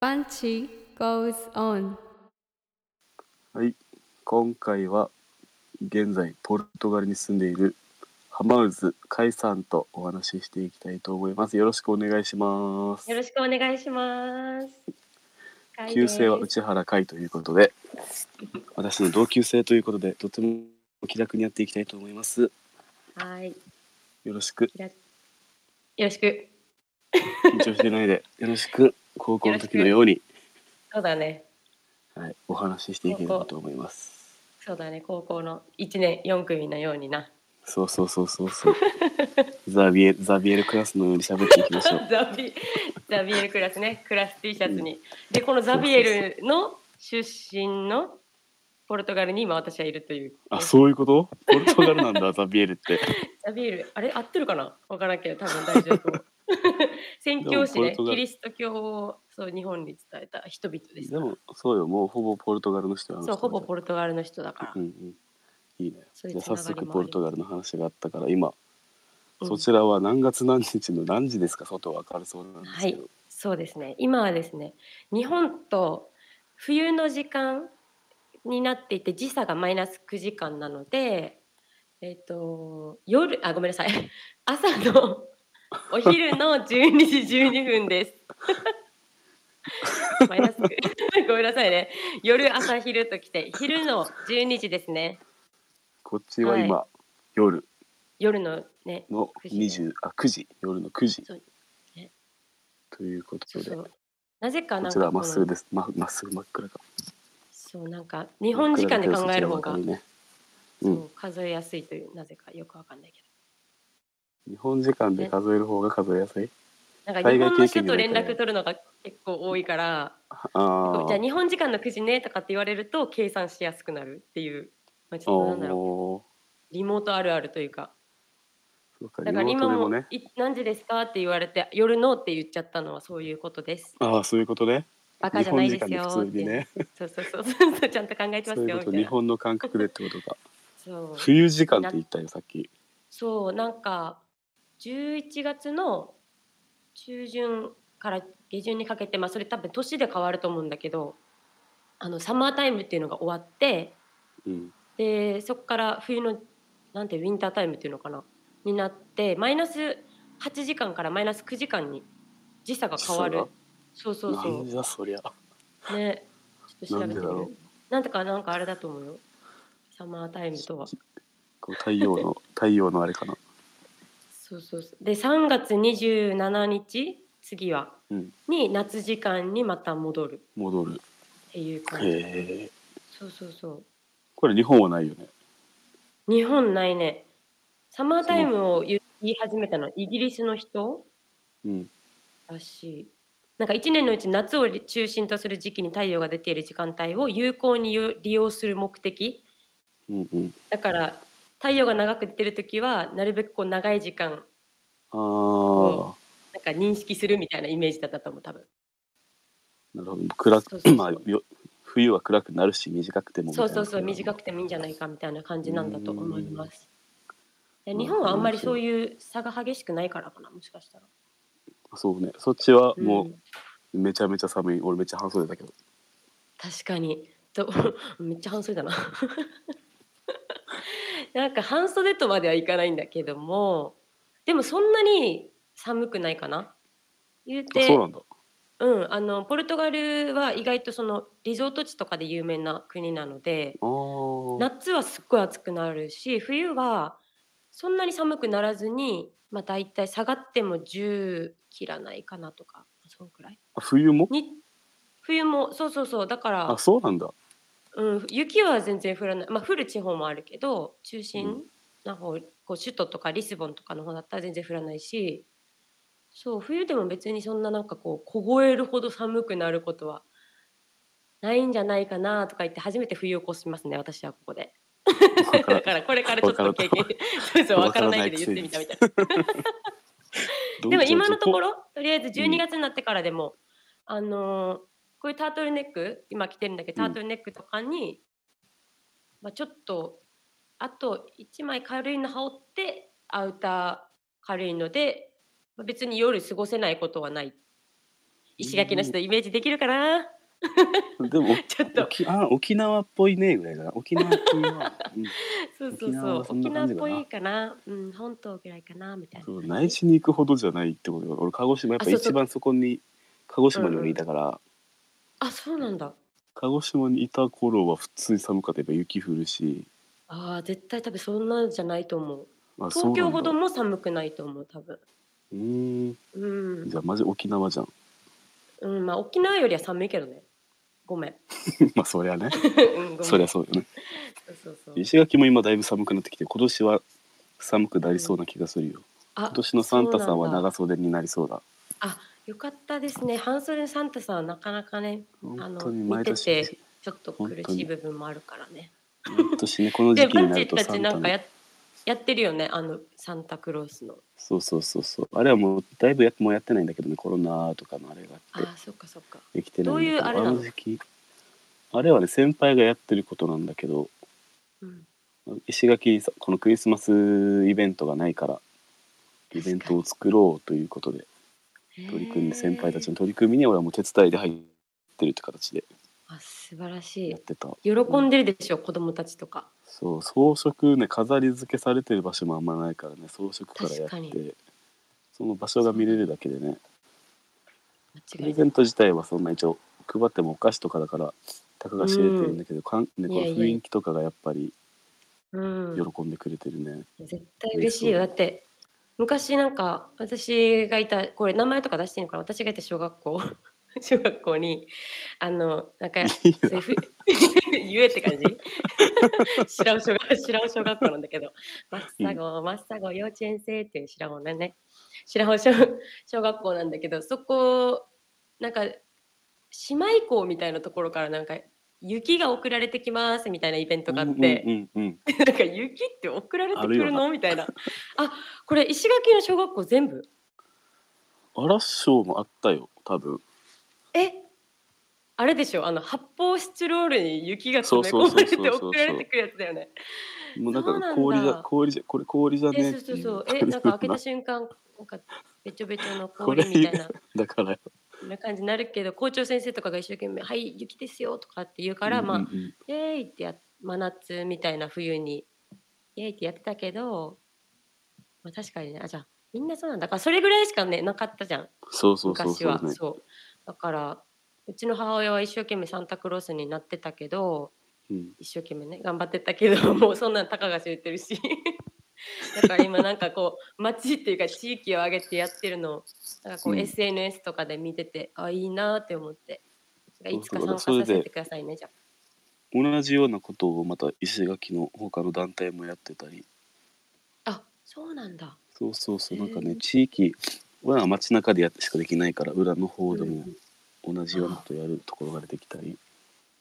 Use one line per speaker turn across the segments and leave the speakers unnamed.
Banshee goes on.
はい、今回は現在ポルトガルに住んでいるハマウズ・カイさんとお話ししていきたいと思います。よろしくお願いします。
よろしくお願いします。カイ
旧
です
姓は内原海ということで、私の同級生ということで、とてもお気楽にやっていきたいと思います。
はい。よ
よろしく、
ろしく。
緊張してない で、よろしく、高校の時のように、
そうだね。
はい、お話ししていければと思います。
そうだね。高校の一年四組のようにな。
そうそうそうそう そう。ザビエザビエルクラスのように喋っていきましょう。
ザビザビエルクラスね。クラス T シャツに。で、このザビエルの出身のポルトガルに今私はいるという。
あ、そういうことポルトガルなん だ、ザビエルって。
ザビエル、あれ合ってるかなわからんけど、多分大丈 夫。宣教師
でもポル
ね。
トガ
キ
ル
リスト教をそう日本に伝えた人々です。
でも、そうよ、もうほぼポルトガルの人は
そう、ほぼポルトガルの人だから。
うんうん。いいね。
そうい
じゃ
う
あ
つな
早
がりもあ
速
り
ポルトガルの話があったから、今、
うん
そちらは何月何日の何時ですか外は明るそうなんですけど。
はそうですね今はですね日本と冬の時間になっていて時差がマイナス9時間なのでえっ、と夜あごめんなさい 朝 のお昼の12時12分です。 マイナス9 ごめんなさいね夜朝昼ときて昼の12時ですね
こっちは今、夜
夜のね
の
9時
20、あ、9時、夜の9時
そうね。
ということ
そう
で、
そ
こ
うなぜかなん
ち
から
はまっ
この
すぐです。ままっすぐ真っ暗か。
そうなんか日本時間で考える方
真
が
っ暗だけどそちらは明るいね
そううん数えやすいというなぜかよくわかんないけ
日本時間で数える方が数えやすい。
どなんか
海
日
外
本の
経験
人と連
にないから
絡取るのが結構多いから
あ
じゃあ日本時間の9時ねとかって言われると計算しやすくなるっていう、まあ、ち
あ。
ょっとなんだろ
おー
うリモートあるあるというか
そうか、
だ
リモー
から今
トでも
も
ね。
い何時ですかって言われて夜のって言っちゃったのはそういうことです
ああ、そういうことね。
バカ
日
じゃな
本
い
時
で
間
す
で
よ
普通
って
にね。
そうそうそうそうそうちゃんと考えて
そ
ま
う
す
いう
よ
こと、日
みたいな
本の感覚でってことか。
そう
冬時間って言ったよ、さっき。
そうなんか11月の中旬から下旬にかけて、まあ、それ多分年で変わると思うんだけどあのサマータイムっていうのが終わって
うん。
でそこから冬のなんてウィンタータイムっていうのかなになってマイナス8時間からマイナス9時間に時差が変わるそうそう
な
そ
んじゃそりゃ。
うねちょっと調
なんで
べてみ
だろ
るなんとかなんかあれだと思うよサマータイムとは
こう太陽 の、太陽のあれかな。
そうそうそうで3月27日次は、
うん
に夏時間にまた戻る
戻る。
っていう感じ
へえ。
そうそうそ
これ日本はないよね。
う日本ないねサマータイムを言い始めたのはイギリスの人
うん。
らしいなんか1年のうち夏を中心とする時期に太陽が出ている時間帯を有効に利用する目的
うんうん。
だから太陽が長く出てる時はなるべくこう長い時間
ああ。
なんか認識するみたいなイメージだったと思う多分
なるほど。暗
そうそ
く、
うそう
まあ、よ冬は暗くなるし、短くてもみた
そ
いうな。
そうそう短くてもいいんじゃないかみたいな感じなんだと思います。で
うん
日本はあんまりそういう差が激しくないからかなもしかしたら。
そうね。そっちは
うん
もう、めちゃめちゃ寒い。俺めっちゃ半袖だけど。
確かにと めっちゃ半袖だな。 なんか半袖とまではいかないんだけどもでもそんなに寒くないかな。言う
あ
て
そうなんだ。
うん、あのポルトガルは意外とそのリゾート地とかで有名な国なので、
ああ。
夏はすっごい暑くなるし冬はそんなに寒くならずに、まあ、大体下がっても10切らないかなとかそんくらい
あ冬も
に冬もそうそうそうだから
あ、、そうなんだ。
うん、雪は全然降らない、まあ、降る地方もあるけど中
う
心
ん
の方、こう首都とかリスボンとかの方だったら全然降らないしそう冬でも別にそんななんかこう凍えるほど寒くなることはないんじゃないかなとか言って初めて冬を越しますね私はここで。
だ
だからこれからちょっと経験 そうそうわからないけど言ってみたみたいな。でも今のところとりあえず12月になってからでも、あのーこういうタートルネック今着てるんだけど
う
タ
ん
ートルネックとかに、まあ、ちょっとあと1枚軽いの羽織ってアウター軽いのでまあ別に夜過ごせないことはない石垣の人イメージできるかな
でも
ちょっと
沖あ沖縄っぽいねぐらいだな沖縄っぽい な、うん
そうそう
沖縄
そう
はそん
沖
な感
縄っ
じか
ぽ
ない
かな、うん、本島ぐらいかなみたいな
そう内地に行くほどじゃないってことだから俺鹿児島やっぱ
あそうそう
一番そこに鹿児島にもいたから、
あそうなんだ
鹿児島にいた頃は普通に寒かったやっぱ雪降るし
あー絶対多分そんなんじゃないと思う
あ
東京ほど
うなんだ
も寒くないと思う多分
うーん
うん
じゃあマジ沖縄じゃん
うんまあ沖縄よりは寒いけどねご めん
まあそりゃね
うんごめん
そりゃそうだね
そうそうそう
石垣も今だいぶ寒くなってきて今年は寒くなりそうな気がするよ
あ
今年のサンタさんは
そうなんだ
長袖になりそうだ
よかったですね半袖サンタさんはなかなかねあ
本
の
当に
見
毎
て
年
てちょっと苦しい部分もあるからね
毎年ねこの
で
時期
バ
に
ン
な
チ
ると
ーた
サ
ち
ン
な
タ
んか
の
ややってるよねあのサンタクロースの
そうそうそうそうあれはもうだいぶやっもうやってないんだけどねコロナとかのあれがあって
あーそっかそっか
できてないんだけ
どういうあれなの
の時期あれはね先輩がやってることなんだけど
うん
石垣さこのクリスマスイベントがないからイベントを作ろうということで取り組んで先輩たち
へー
の取り組みに俺はもう手伝いで入ってるって形で
あ素晴らし
やってた
い喜んでるでしょ、子供たちとか
そう装飾ね飾り付けされてる場所もあんまないからね装飾からや
確か
っ
に
てその場所が見れるだけでねプ
間違
レ
いな
ゼ
い
ント自体はそんな一応配ってもお菓子とかだからたかが知れてるんだけど、かんね、この
いやいや
雰囲気とかがやっぱり
うん
喜んでくれてるね、
絶対嬉しいよだって昔なんか私がいたこれ名前とか出していいのかな私がいた小学校 小学校にあのなんかそういう ふ言えって感じ 白尾小学白尾小学校なんだけどマッサゴマッサゴ幼稚園生っていう白尾のね白尾小小学校なんだけどそこなんか姉妹校みたいなところからなんか雪が送られてきますみたいなイベントがあって、
うんうんうん
なんか雪って送られてく
ある
る
よ
のみたいな。あこれ石垣の小学校全部
うん、あらショーもあったよ多分
えあれでしょあの発泡スチロールに雪が
そう
詰め
そう
込
そ
ま
うそう
れて
そう
送られてくるやつだよね。
もうだか
そうな
ら
んだ
氷じゃ氷じゃこれ氷じゃね
え
っ
そ
て
うそう
いう
そう。えなんか開けた瞬間なんかべちょべちょの氷みたいな
だから
な感じになるけど校長先生とかが一生懸命「はい雪ですよ」とかって言うから、まあ
うんうんうん
イエーイってや真夏みたいな冬にイエーイってやってたけど、まあ、確かにねあじゃあみんなそうなんだだからそれぐらいしかねなかったじゃん
そうそうそう
昔
そう
は
ね
そうだからうちの母親は一生懸命サンタクロースになってたけど
うん
一生懸命ね頑張ってたけども うそんなんたかが知れてるし だから今なんかこう町っていうか地域を挙げてやってるのをなんかこ
う
うん SNS とかで見てて、あいいなって思っていつか
そう
参
だ
加
それで
させてくださいねじゃあ
同じようなことをまた石垣の他の団体もやってたり
あそうなんだ。
そうそうそうなんか
へ
ね
ー
地域は街中でやってしかできないから裏の方で
うん
も同じようなことやるところが出てきたり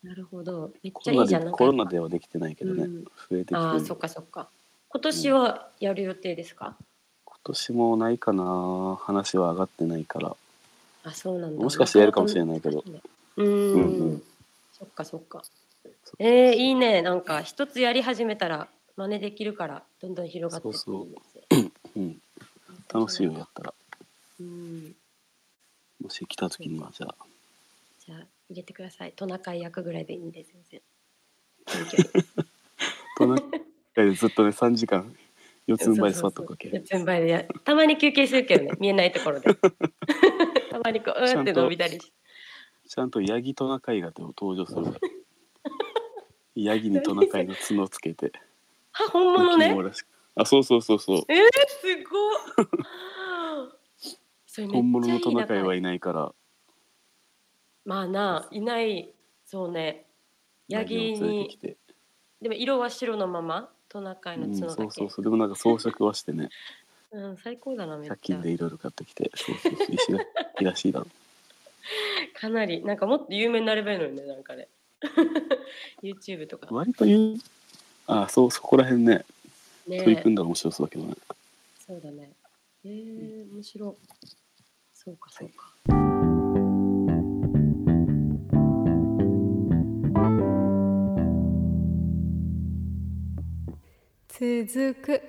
なるほど。めっ
コ
ちゃ
ロ
いい
ナ
じゃ
で
ん。なんか
コロナではできてないけどね、
うん
増えてきて
ああ、そ
る
っかそっか。今年はやる予定ですか、
今年もないかな話は上がってないから
あ、そうなんだ。
もしかしてやるかもしれないけど。
うーん,、
うんうん
そっかそっか
そ。
えー、いいね。なんか一つやり始めたら真似できるからどんどん広がってっていいですね
うん楽しいよやったら
うん。
もし来た時にはじゃあ
じゃあ入れてください。トナカイ役ぐらいでいいんです。全然。
と なずっとね3時間四つん這い座っとくわけ
四つん這いでやたまに休憩するけどね、見えないところで。 たまにこう、うーって伸びたりして。
ちゃんとヤギトナカイが登場するからヤギにトナカイの角をつけて
あ、本物ね。
らしくあそうそうそうそう
えー、すごっ それめっちゃいいな
本物のトナカイは
これ
いないから
まあないないそうねヤギ
ヤを連れてき
に
て
でも色は白のままトナカイの
うん、
角
そ
だけ、、
ううんそうそうでもなんか装飾はしてね
最高だなめっ
100
ちゃ
均でいろいろ買ってきてそうそうそう石垣らしいだろ
かなりなんかもっと有名になればいいのにねなんかね YouTube とか
割と言うあそうそこら辺ね
ね
取り組んだら面白そうだけどね
そうだねえー、面白いそうかそうか、
続く